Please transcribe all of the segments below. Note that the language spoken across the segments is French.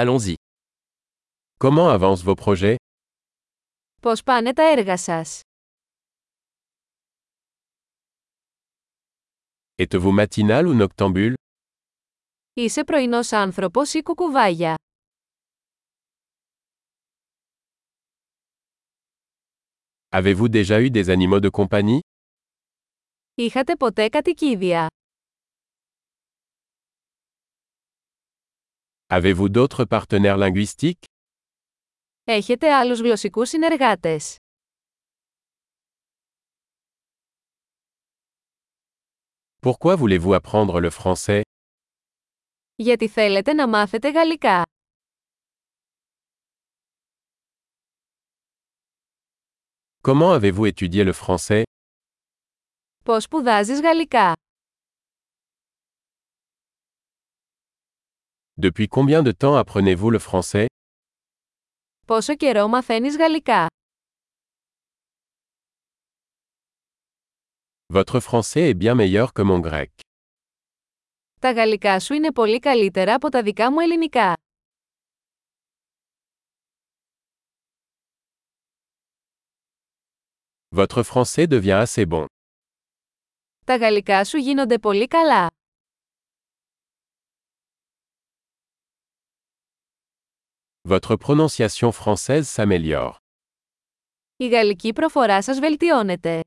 Allons-y. Comment avancent vos projets Πώς πάνε τα έργα σας. Êtes-vous matinal ou noctambule Είσαι πρωινός άνθρωπος ή κουκουβάγια. Avez-vous déjà eu des animaux de compagnie Είχατε ποτέ κατοικίδια. Avez-vous d'autres partenaires linguistiques Έχετε άλλους γλωσσικούς συνεργάτες. Pourquoi voulez-vous apprendre le français Γιατί θέλετε να μάθετε γαλλικά. Comment avez-vous étudié le français Πώς σπουδάζεις γαλλικά. Depuis combien de temps apprenez-vous le français Πόσο καιρό μαθαίνεις γαλλικά. Votre français est bien meilleur que mon grec. Τα γαλλικά σου είναι πολύ καλύτερα από τα δικά μου ελληνικά. Votre français devient assez bon. Τα γαλλικά σου γίνονται πολύ καλά. Votre prononciation française s'améliore. Η γαλλική προφορά σας βελτιώνεται.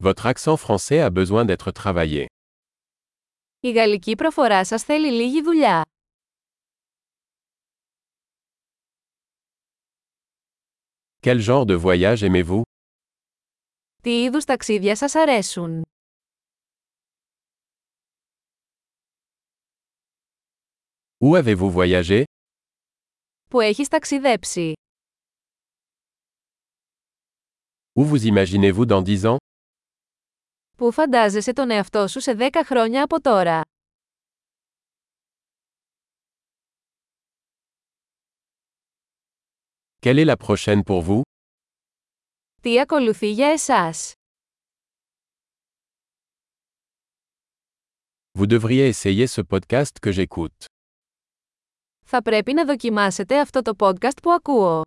Votre accent français a besoin d'être travaillé. Η γαλλική προφορά σας θέλει λίγη δουλειά. Quel genre de voyage aimez-vous Τι είδους ταξίδια σας αρέσουν. Où avez-vous voyagé Που έχεις ταξιδέψει. Où vous imaginez-vous dans 10 ans Πού φαντάζεσαι τον εαυτό σου σε 10 χρόνια από τώρα. Quelle est la prochaine pour vous Τι ακολουθεί για εσάς. Vous devriez essayer ce podcast que j'écoute. Θα πρέπει να δοκιμάσετε αυτό το podcast που ακούω.